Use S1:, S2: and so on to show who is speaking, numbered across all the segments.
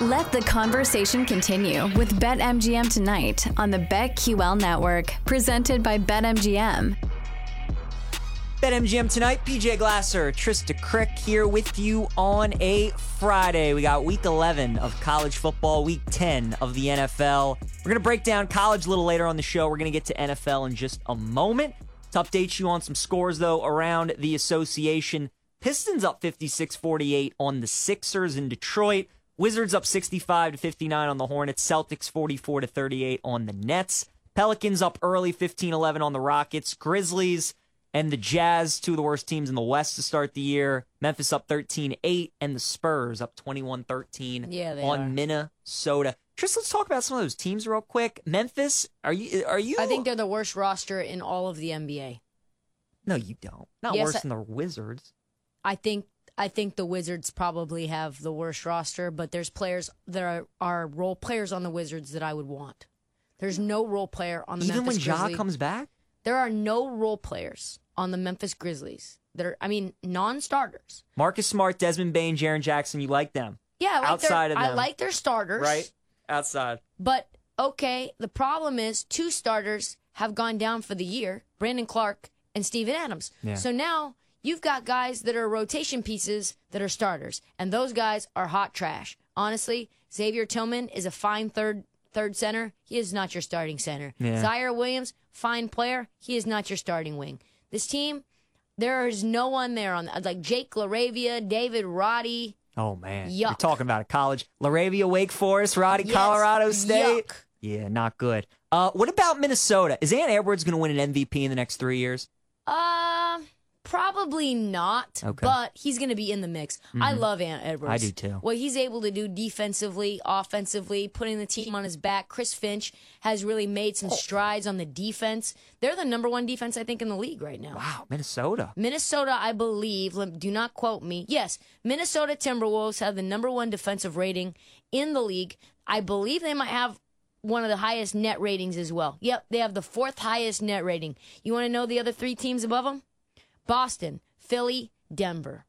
S1: Let the conversation continue with BetMGM tonight on the BetQL network, presented by BetMGM.
S2: BetMGM tonight, PJ Glasser, Trista Crick here with you on a Friday. We got week 11 of college football, week 10 of the NFL. We're going to break down college a little later on the show. We're going to get to NFL in just a moment. To update you on some scores, though, around the association Pistons up 56 48 on the Sixers in Detroit. Wizards up 65 to 59 on the Hornets. Celtics 44 to 38 on the Nets. Pelicans up early 15 11 on the Rockets. Grizzlies and the Jazz, two of the worst teams in the West to start the year. Memphis up 13 8, and the Spurs up 21 13
S3: Yeah, they
S2: on
S3: are.
S2: Minnesota. Tris, let's talk about some of those teams real quick. Memphis, are you? Are you?
S3: I think they're the worst roster in all of the NBA.
S2: No, you don't. Not
S3: Yes,
S2: worse
S3: I-
S2: than the Wizards.
S3: I think I think the Wizards probably have the worst roster, but there's players there are role players on the Wizards that I would want. There's no role player on the
S2: Even
S3: Memphis
S2: when Ja
S3: Grizzlies.
S2: comes back,
S3: there are no role players on the Memphis Grizzlies that are I mean non-starters.
S2: Marcus Smart, Desmond Bain, Jaron Jackson, you like them,
S3: Yeah, I like
S2: Outside
S3: their,
S2: of
S3: I
S2: them.
S3: like their starters.
S2: right? Outside.
S3: But okay, the problem is two starters have gone down for the year Brandon Clark and Steven Adams.
S2: Yeah.
S3: So now you've got guys that are rotation pieces that are starters, and those guys are hot trash. Honestly, Xavier Tillman is a fine third third center. He is not your starting center.
S2: Yeah.
S3: Zaire Williams, fine player. He is not your starting wing. This team, there is no one there on like Jake Laravia, David Roddy.
S2: Oh man, you're
S3: Yuck.
S2: talking about a college, Laravia, Wake Forest, Roddy,
S3: Yes,
S2: Colorado State.
S3: yuck.
S2: Yeah, not good. Uh, what about Minnesota? Is Ann Edwards going to win an MVP in the next three years?
S3: Uh, probably not.
S2: Okay. Mm-hmm.
S3: But he's going to be in the mix. I love Ant Edwards.
S2: I do too.
S3: What he's able to do defensively, offensively, putting the team on his back. Chris Finch has really made
S2: Oh.
S3: some strides on the defense. They're the number one defense I think in the league right now.
S2: Wow, Minnesota.
S3: Minnesota, I believe, lem- do not quote me. Yes, Minnesota Timberwolves have the number one defensive rating in the league. I believe they might have one of the highest net ratings as well. Yep, they have the fourth highest net rating. You want to know the other three teams above them? Boston, Philly, Denver.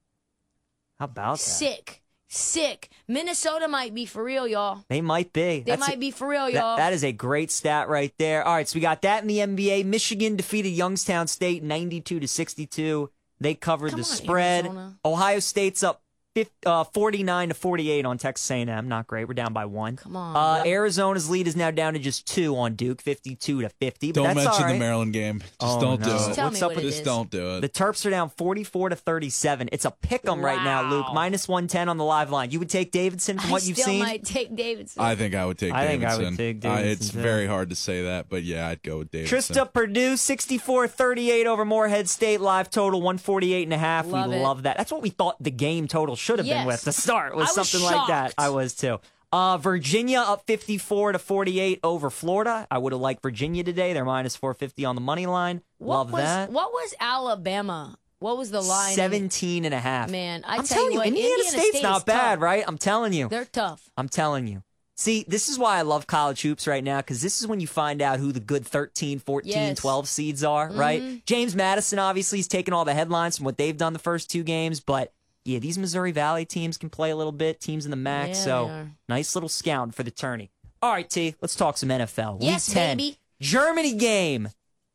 S2: How about that?
S3: Sick, sick. Minnesota might be for real, y'all.
S2: They might be.
S3: They
S2: That's a-
S3: might be for real,
S2: that-
S3: y'all.
S2: that is a great stat right there. All right, so we got that in the NBA. Michigan defeated Youngstown State 92 to 62. They covered
S3: Come
S2: the
S3: on,
S2: spread.
S3: Arizona.
S2: Ohio State's up fif- uh, 49 to 48 on Texas A&M. Not great. We're down by one.
S3: Come on.
S2: Uh, Arizona's lead is now down to just two on Duke, 52 to 50. But
S4: Don't
S2: that's
S4: mention
S2: all right.
S4: the Maryland game. Just
S2: Oh,
S4: don't
S2: no.
S4: do
S3: Just
S4: it.
S3: tell
S2: What's
S3: me
S2: up
S3: what
S2: with
S3: it
S4: Just
S3: is.
S4: don't do
S2: The
S4: it.
S2: Terps are down 44 to 37. It's a pick 'em right now, Luke.
S3: Wow.
S2: Minus 110 on the live line. You would take Davidson from
S3: I
S2: what you've
S3: still
S2: seen?
S3: might take Davidson.
S4: I think I would take
S2: I think I would
S4: Davidson.
S2: take
S4: Uh,
S2: Davidson,
S4: it's
S2: too.
S4: very hard to say that, but yeah, I'd go with Davidson.
S2: Trista Purdue, 64 38 over Moorhead State. Live total 148 and a half.
S3: Love
S2: we
S3: it.
S2: love that. That's what we thought the game total should have been
S3: Yes.
S2: with to start, was
S3: I was
S2: something like that.
S3: shocked.
S2: I was too. Uh, Virginia up 54 to 48 over Florida. I would have liked Virginia today. They're minus 450 on the money line.
S3: what
S2: love
S3: was
S2: that.
S3: what was Alabama? What was the line? in-
S2: 17 and a half.
S3: Man, I
S2: I'm
S3: tell
S2: telling
S3: you what,
S2: Indiana,
S3: Indiana
S2: State's
S3: State
S2: not
S3: is
S2: bad,
S3: tough.
S2: right? I'm telling you.
S3: They're tough.
S2: I'm telling you. See, this is why I love college hoops right now because this is when you find out who the good 13, 14,
S3: Yes. Mm-hmm.
S2: 12 seeds are, right? James Madison obviously is taking all the headlines from what they've done the first two games, but yeah, these Missouri Valley teams can play a little bit, teams in the MAC.
S3: Yeah, they
S2: so
S3: are.
S2: nice little scound for the tourney. All right, T, let's talk some NFL.
S3: Yes,
S2: Week 10.
S3: baby.
S2: Germany game.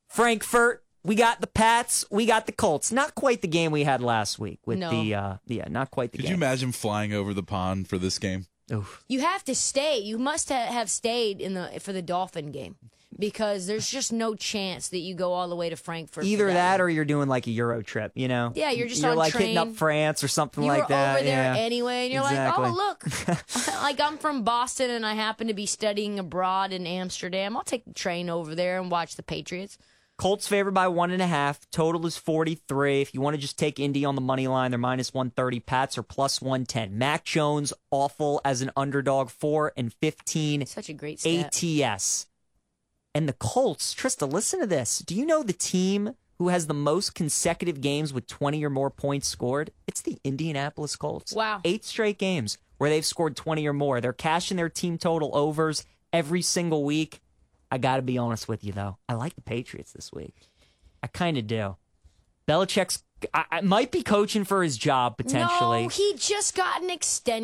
S2: Frankfurt. We got the Pats. We got the Colts. Not quite the game we had last week with
S3: No.
S2: the, uh, yeah, not quite the
S4: Could you
S2: game.
S4: imagine flying over the pond for this game?
S2: Oof.
S3: You have to stay. You must ha- have stayed in the for the Dolphin game because there's just no chance that you go all the way to Frankfurt. for
S2: Either that,
S3: one.
S2: or you're doing like a Euro trip, you know?
S3: Yeah, you're just
S2: you're
S3: on
S2: like hitting up
S3: train.
S2: France or something
S3: you
S2: like
S3: were
S2: that.
S3: over there
S2: yeah.
S3: anyway, and you're
S2: Exactly.
S3: like, oh look, like I'm from Boston and I happen to be studying abroad in Amsterdam. I'll take the train over there and watch the Patriots.
S2: Colts favored by one and a half. Total is 43. If you want to just take Indy on the money line, they're minus 130. Pats are plus 110. Mac Jones, awful as an underdog, 4 and 15
S3: Such a great stat.
S2: ATS. And the Colts, Trista, listen to this. Do you know the team who has the most consecutive games with 20 or more points scored? It's the Indianapolis Colts.
S3: Wow.
S2: Eight straight games where they've scored 20 or more. They're cashing their team total overs every single week. I got to be honest with you, though. I like the Patriots this week. I kind of do. Belichick's I, I might be coaching for his job potentially.
S3: No, he just got an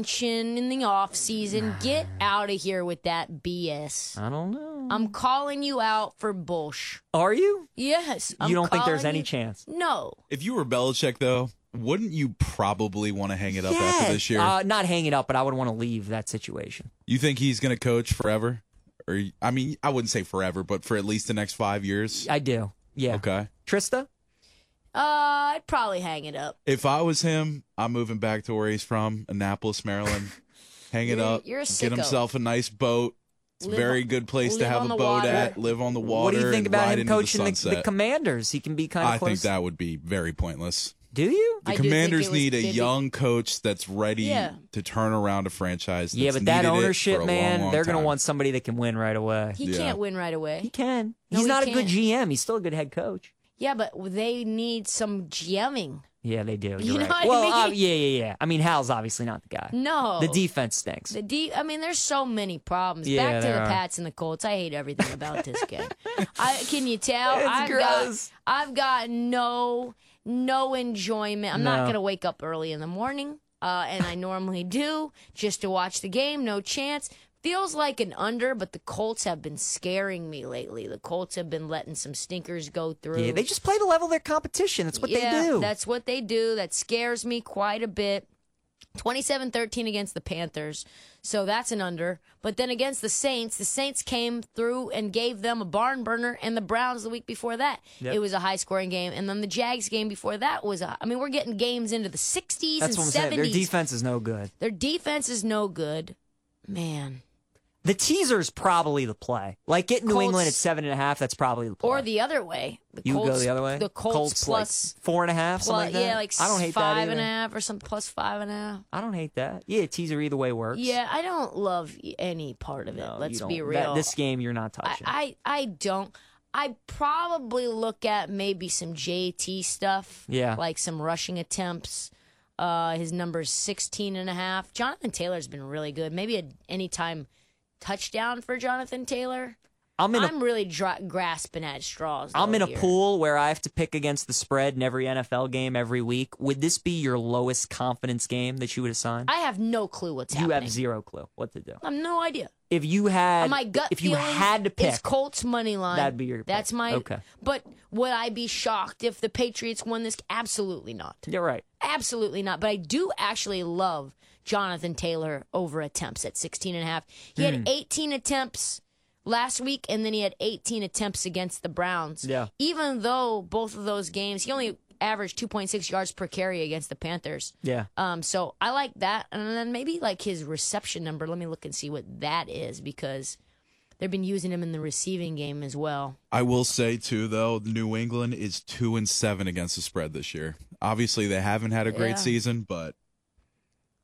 S3: extension in the off season. Get out of here with that BS.
S2: I don't know.
S3: I'm calling you out for bullsh.
S2: Are you?
S3: Yes. I'm
S2: you don't think there's
S3: calling
S2: any
S3: you-
S2: chance?
S3: No.
S4: If you were Belichick, though, wouldn't you probably want to hang it up after this year?
S2: Uh, not hang it up, but I would want to leave that situation.
S4: you think he's going to coach forever? Or I mean, I wouldn't say forever, but for at least the next five years.
S2: I do. Yeah.
S4: Okay.
S2: Trista?
S3: Uh, I'd probably hang it up.
S4: If I was him, I'm moving back to where he's from, Annapolis, Maryland. hang it
S3: You're-
S4: up.
S3: you're a
S4: get
S3: sicko.
S4: himself a nice boat. It's a
S3: Live
S4: very
S3: on-
S4: good place to
S3: live
S4: have
S3: on
S4: a
S3: the
S4: boat
S3: water.
S4: at. Live on the water.
S2: what do you think
S4: and
S2: about
S4: ride
S2: him
S4: into the
S2: coaching the, uh, the,
S4: sunset.
S2: commanders? He can be kind
S4: I
S2: of close.
S4: think that would be very pointless.
S2: do you?
S4: The
S3: I do think it
S4: commanders
S3: was-
S4: need a
S3: they'd be-
S4: young coach that's ready
S3: Yeah.
S4: to turn around a franchise.
S2: yeah,
S4: that's
S2: but that
S4: needed it
S2: ownership,
S4: for a
S2: man,
S4: long, long
S2: they're going to
S4: time.
S2: want somebody that can win right away.
S3: He
S4: Yeah.
S3: can't win right
S2: He
S3: away.
S2: can.
S3: No,
S2: He's
S3: he
S2: not a good
S3: can't.
S2: GM. He's still a good head coach.
S3: Yeah, but they need some GMing.
S2: Yeah, they do. You're
S3: You know
S2: right.
S3: what I
S2: well,
S3: mean?
S2: uh, yeah, yeah, yeah. I mean, Hal's obviously not the guy.
S3: No.
S2: The defense stinks.
S3: The D. I mean, there's so many problems.
S2: Yeah,
S3: Back to the
S2: there are.
S3: Pats and the Colts. I hate everything about this game. I can you tell?
S2: It's
S3: I've
S2: gross.
S3: got I've got no no enjoyment. I'm
S2: No.
S3: not gonna wake up early in the morning, uh, and I normally do just to watch the game. No chance. Feels like an under, but the Colts have been scaring me lately. The Colts have been letting some stinkers go through.
S2: yeah, they just play the level of their competition. That's what
S3: yeah,
S2: they do.
S3: That's what they do. That scares me quite a bit. 27 13 against the Panthers. So that's an under. But then against the Saints, the Saints came through and gave them a barn burner, and the Browns the week before that.
S2: Yep.
S3: It was a high scoring game. And then the Jags game before that was a. I mean, we're getting games into the 60s
S2: That's
S3: and
S2: what I'm
S3: 70s.
S2: saying. Their defense is no good.
S3: Their defense is no good. Man.
S2: The teaser's probably the play. Like get New
S3: Colts-
S2: England at seven and a half. That's probably the play.
S3: Or the other way. The
S2: you
S3: Colts,
S2: go the other way.
S3: The Colts,
S2: like,
S3: plus.
S2: four and a half. something like
S3: plus-
S2: that.
S3: yeah, like
S2: I don't hate
S3: five
S2: that either.
S3: and a half or something, plus five and a half.
S2: I don't hate that. Yeah, teaser either way works.
S3: Yeah, I don't love y- any part of it.
S2: No, you
S3: let's
S2: don't-
S3: be
S2: that-
S3: real.
S2: this game you're not
S3: I,
S2: touching.
S3: I I don't. I probably look at maybe some JT stuff.
S2: Yeah.
S3: like some rushing attempts. Uh, his number's 16 and a half. Jonathan Taylor's been really good. Maybe a anytime touchdown for Jonathan Taylor.
S2: am in a
S3: I'm really dra- grasping at straws.
S2: I'm
S3: though
S2: in a
S3: here.
S2: pool where I have to pick against the spread in every NFL game every week. Would this be your lowest confidence game that you would assign?
S3: I have no clue what's
S2: you
S3: happening.
S2: have zero clue what to do.
S3: I have no idea.
S2: If you had,
S3: my gut
S2: if you
S3: feeling
S2: had to pick,
S3: is Colts money line.
S2: That'd be your pick.
S3: That's my
S2: Okay.
S3: But would I be shocked if the Patriots won this? Absolutely not.
S2: you're right.
S3: Absolutely not. But I do actually love Jonathan Taylor over attempts at 16 and a half. He
S2: Hmm.
S3: had 18 attempts last week and then he had 18 attempts against the Browns.
S2: Yeah.
S3: Even though both of those games he only averaged 2.6 yards per carry against the Panthers.
S2: Yeah.
S3: Um, so I like that, and then maybe like his reception number. Let me look and see what that is because they've been using him in the receiving game as well.
S4: I will say too, though, New England is two and seven against the spread this year. Obviously, they haven't had a great
S3: Yeah.
S4: season, but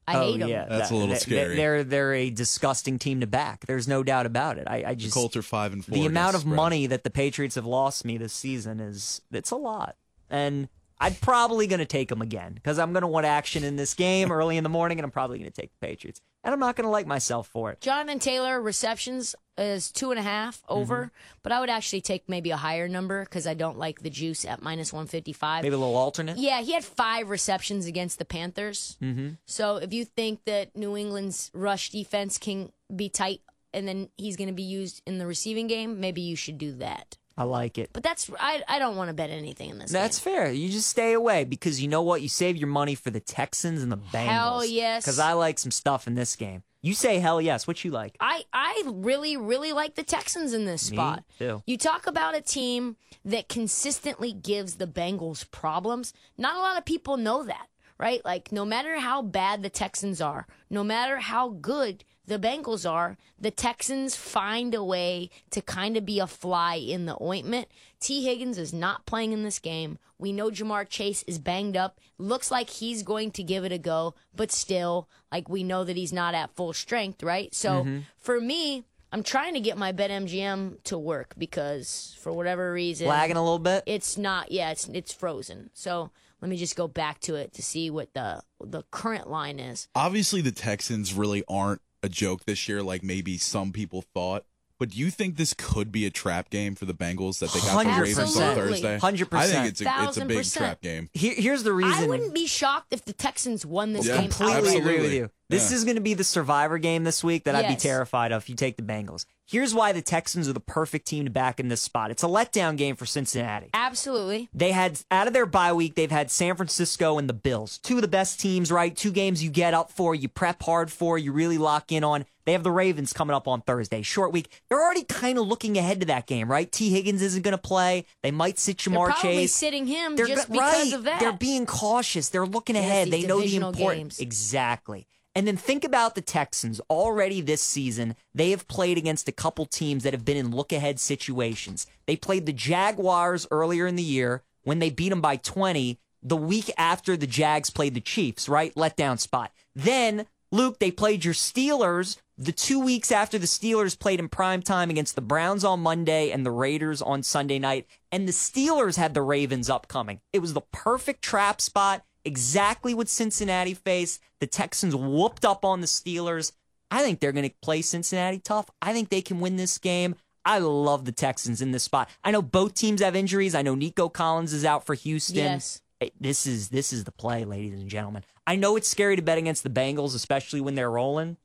S3: I
S2: oh,
S3: hate him.
S2: Yeah,
S4: That's a little
S2: they- they-
S4: scary.
S2: They're they're a disgusting team to back. There's no doubt about it. I, I
S4: the
S2: just
S4: Colts are five and four.
S2: the
S4: against
S2: amount of
S4: spread.
S2: money that the Patriots have lost me this season is it's a lot, and I'm probably going to take them again because I'm going to want action in this game early in the morning, and I'm probably going to take the Patriots, and I'm not going to like myself for it.
S3: Jonathan Taylor receptions is two and a half
S2: Mm-hmm.
S3: over, but I would actually take maybe a higher number because I don't like the juice at minus 155.
S2: Maybe a little alternate.
S3: Yeah, he had five receptions against the Panthers. Mm-hmm. So if you think that New England's rush defense can be tight and then he's going to be used in the receiving game, maybe you should do that.
S2: I like it.
S3: But that's I, I don't want to bet anything in this.
S2: That's
S3: game.
S2: fair. You just stay away because you know what? You save your money for the Texans and the Bengals.
S3: Hell yes.
S2: Because I like some stuff in this game. You say hell yes. What you like?
S3: I I really really like the Texans in this
S2: Me
S3: spot.
S2: too.
S3: You talk about a team that consistently gives the Bengals problems. Not a lot of people know that, right? Like no matter how bad the Texans are, no matter how good the Bengals are, the Texans find a way to kind of be a fly in the ointment. T. Higgins is not playing in this game. We know Jamar Chase is banged up. Looks like he's going to give it a go, but still, like we know that he's not at full strength, right? So
S2: Mm-hmm.
S3: for me, I'm trying to get my BetMGM to work because for whatever reason,
S2: Lagging a little bit.
S3: it's not. Yeah, it's it's frozen. So let me just go back to it to see what the the current line is.
S4: Obviously, the Texans really aren't a joke this year, like maybe some people thought. But do you think this could be a trap game for the Bengals that they got from Ravens on
S3: 100%.
S4: Thursday? I
S2: 100%.
S4: think it's a, it's a big
S3: 1000%.
S4: trap game.
S2: Here, here's the reason.
S3: I wouldn't be shocked if the Texans won this
S4: Yeah.
S3: game.
S2: completely agree with
S4: Absolutely.
S2: you. This
S4: Yeah.
S2: is going to be the survivor game this week that I'd be
S3: Yes.
S2: terrified of if you take the Bengals. Here's why the Texans are the perfect team to back in this spot. It's a letdown game for Cincinnati.
S3: Absolutely.
S2: They had out of their bye week, they've had San Francisco and the Bills. Two of the best teams, right? Two games you get up for, you prep hard for, you really lock in on. They have the Ravens coming up on Thursday. Short week. They're already kind of looking ahead to that game, right? T. Higgins isn't going to play. They might sit
S3: They're
S2: Jamar
S3: probably
S2: Chase.
S3: sitting him
S2: They're
S3: just
S2: go-
S3: because
S2: right.
S3: of that.
S2: They're being cautious. They're looking
S3: Yes,
S2: ahead.
S3: these
S2: They know the
S3: divisional
S2: importance.
S3: games.
S2: Exactly. And then think about the Texans. Already this season, they have played against a couple teams that have been in look ahead situations. They played the Jaguars earlier in the year when they beat them by 20, the week after the Jags played the Chiefs, right? Letdown spot. Then, Luke, they played your Steelers the two weeks after the Steelers played in prime time against the Browns on Monday and the Raiders on Sunday night, and the Steelers had the Ravens upcoming. It was the perfect trap spot, exactly what Cincinnati faced. The Texans whooped up on the Steelers. I think they're going to play Cincinnati tough. I think they can win this game. I love the Texans in this spot. I know both teams have injuries. I know Nico Collins is out for Houston.
S3: Yes.
S2: It- This is this is the play, ladies and gentlemen. I know it's scary to bet against the Bengals, especially when they're rolling.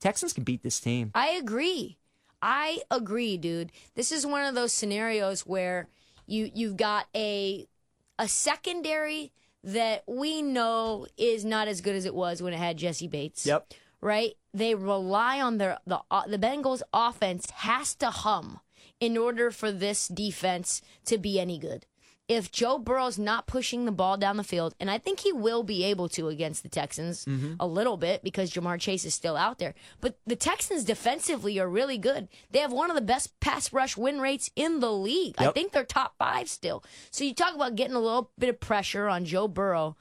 S2: Texans can beat this team.
S3: I agree. I agree, dude. This is one of those scenarios where you you've got a a secondary that we know is not as good as it was when it had Jesse Bates. Right? They rely on their the uh, the Bengals offense has to hum in order for this defense to be any good. If Joe Burrow's not pushing the ball down the field, and I think he will be able to against the Texans a little bit because Jamar Chase is still out there, but the Texans defensively are really good. They have one of the best pass rush win rates in the league. I
S2: Yep.
S3: think they're top five still. So you talk about getting a little bit of pressure on Joe Burrow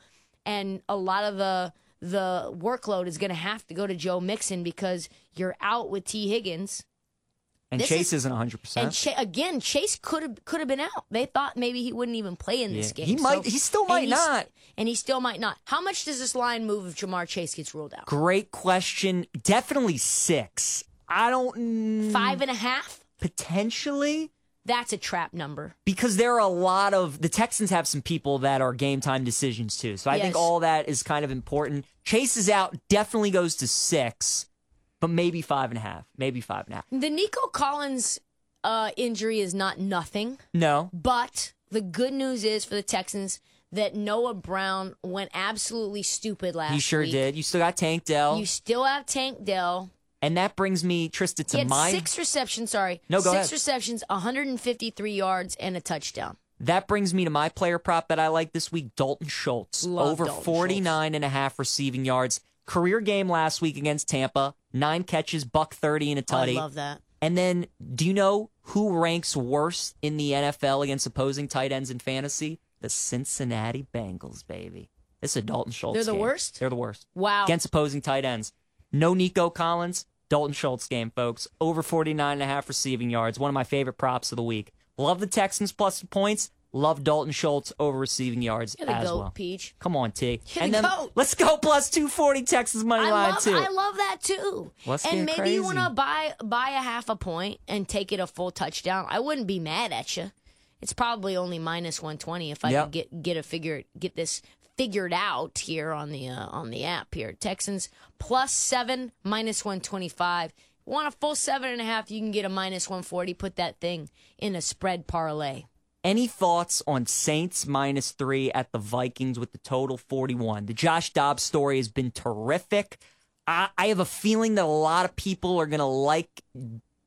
S3: and a lot of the the workload is going to have to go to Joe Mixon because you're out with T Higgins
S2: And
S3: This
S2: Chase is,
S3: is-
S2: not 100.
S3: and
S2: percent
S3: Cha- again Chase could have could have been out. They thought maybe he wouldn't even play in this
S2: Yeah.
S3: game.
S2: He might- he still
S3: and
S2: might
S3: he's-
S2: not.
S3: and he still might not. How much does this line move if Jamar Chase gets ruled out?
S2: Great question. Definitely six. I don't
S3: Five and a half.
S2: potentially
S3: That's a trap number.
S2: because there are a lot of the Texans have some people that are game time decisions too. So I
S3: Yes.
S2: think all that is kind of important. Chase is out. Definitely goes to six, but maybe five and a half. Maybe five and a half.
S3: The Nico Collins uh, injury is not nothing.
S2: No,
S3: But the good news is for the Texans that Noah Brown went absolutely stupid last week.
S2: you sure did. You still got Tank Dell,
S3: You still have Tank Dell.
S2: and that brings me Trista
S3: He
S2: to
S3: had
S2: my
S3: six receptions, sorry.
S2: No, go
S3: Six
S2: ahead.
S3: receptions, 153 yards, and a touchdown.
S2: That brings me to my player prop that I like this week, Dalton Schultz.
S3: Love
S2: over
S3: Dalton
S2: 49 and a half receiving yards. Career game last week against Tampa. Nine catches, buck 30 and a
S3: I
S2: tutty.
S3: love that.
S2: and then, do you know who ranks worst in the NFL against opposing tight ends in fantasy? The Cincinnati Bengals, baby. This is a Dalton Schultz
S3: They're the
S2: game.
S3: worst?
S2: They're the worst.
S3: Wow.
S2: Against opposing tight ends. No Nico Collins, Dalton Schultz game, folks. Over 49 and a half receiving yards. One of my favorite props of the week. Love the Texans plus the points. Love Dalton Schultz over receiving yards
S3: You're the
S2: as
S3: goat,
S2: well.
S3: Peach.
S2: Come on, T.
S3: You're the
S2: and then
S3: goat.
S2: let's go plus 240 Texans money
S3: I
S2: line
S3: love,
S2: too.
S3: I love that too.
S2: Let's
S3: and maybe
S2: get
S3: you want to
S2: crazy.
S3: buy buy a half a point and take it a full touchdown. I wouldn't be mad at you. It's probably only minus one twenty if I
S2: Yep.
S3: could get get a figure get this figured out here on the uh, on the app here. Texans plus seven minus one twenty five. Want a full seven and a half? You can get a minus one forty. Put that thing in a spread parlay.
S2: Any thoughts on Saints minus three at the Vikings with the total 41? The Josh Dobbs story has been terrific. I, I have a feeling that a lot of people are going to like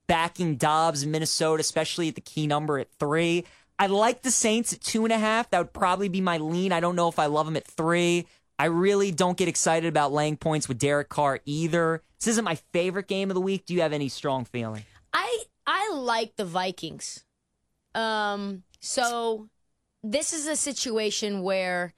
S2: backing Dobbs in Minnesota, especially at the key number at three. I like the Saints at two and a half. That would probably be my lean. I don't know if I love them at three. I really don't get excited about laying points with Derek Carr either. This isn't my favorite game of the week. Do you have any strong feeling?
S3: I I like the Vikings. Um so this is a situation where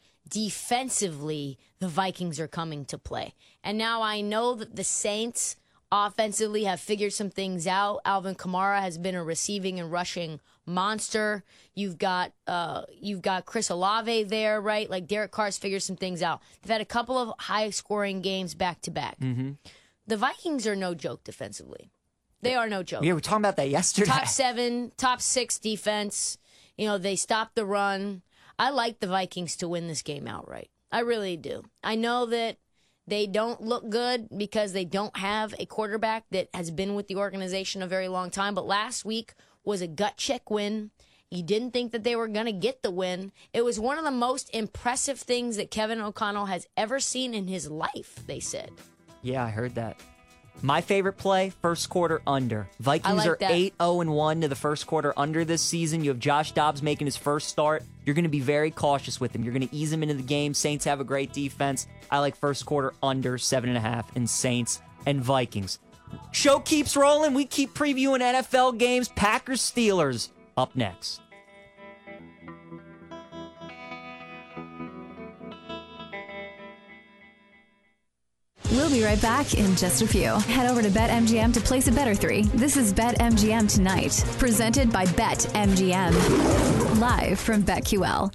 S3: defensively the Vikings are coming to play. And now I know that the Saints offensively have figured some things out. Alvin Kamara has been a receiving and rushing monster. You've got uh you've got Chris Olave there, right? Like Derek Carr's figured some things out. They've had a couple of high scoring games back to back. The Vikings are no joke defensively. They are no joke.
S2: We were talking about that yesterday.
S3: Top seven, top six defense. You know, they stopped the run. I like the Vikings to win this game outright. I really do. I know that they don't look good because they don't have a quarterback that has been with the organization a very long time. But last week was a gut check win. You didn't think that they were going to get the win. It was one of the most impressive things that Kevin O'Connell has ever seen in his life, they said.
S2: Yeah, I heard that. My favorite play, first quarter under. Vikings
S3: like
S2: are
S3: that.
S2: 8 0 and 1 to the first quarter under this season. You have Josh Dobbs making his first start. You're going to be very cautious with him. You're going to ease him into the game. Saints have a great defense. I like first quarter under 7.5 and, Saints and Vikings. Show keeps rolling. We keep previewing NFL games. Packers Steelers up next.
S1: We'll be right back in just a few. Head over to BetMGM to place a better three. This is BetMGM Tonight, presented by BetMGM, live from BetQL.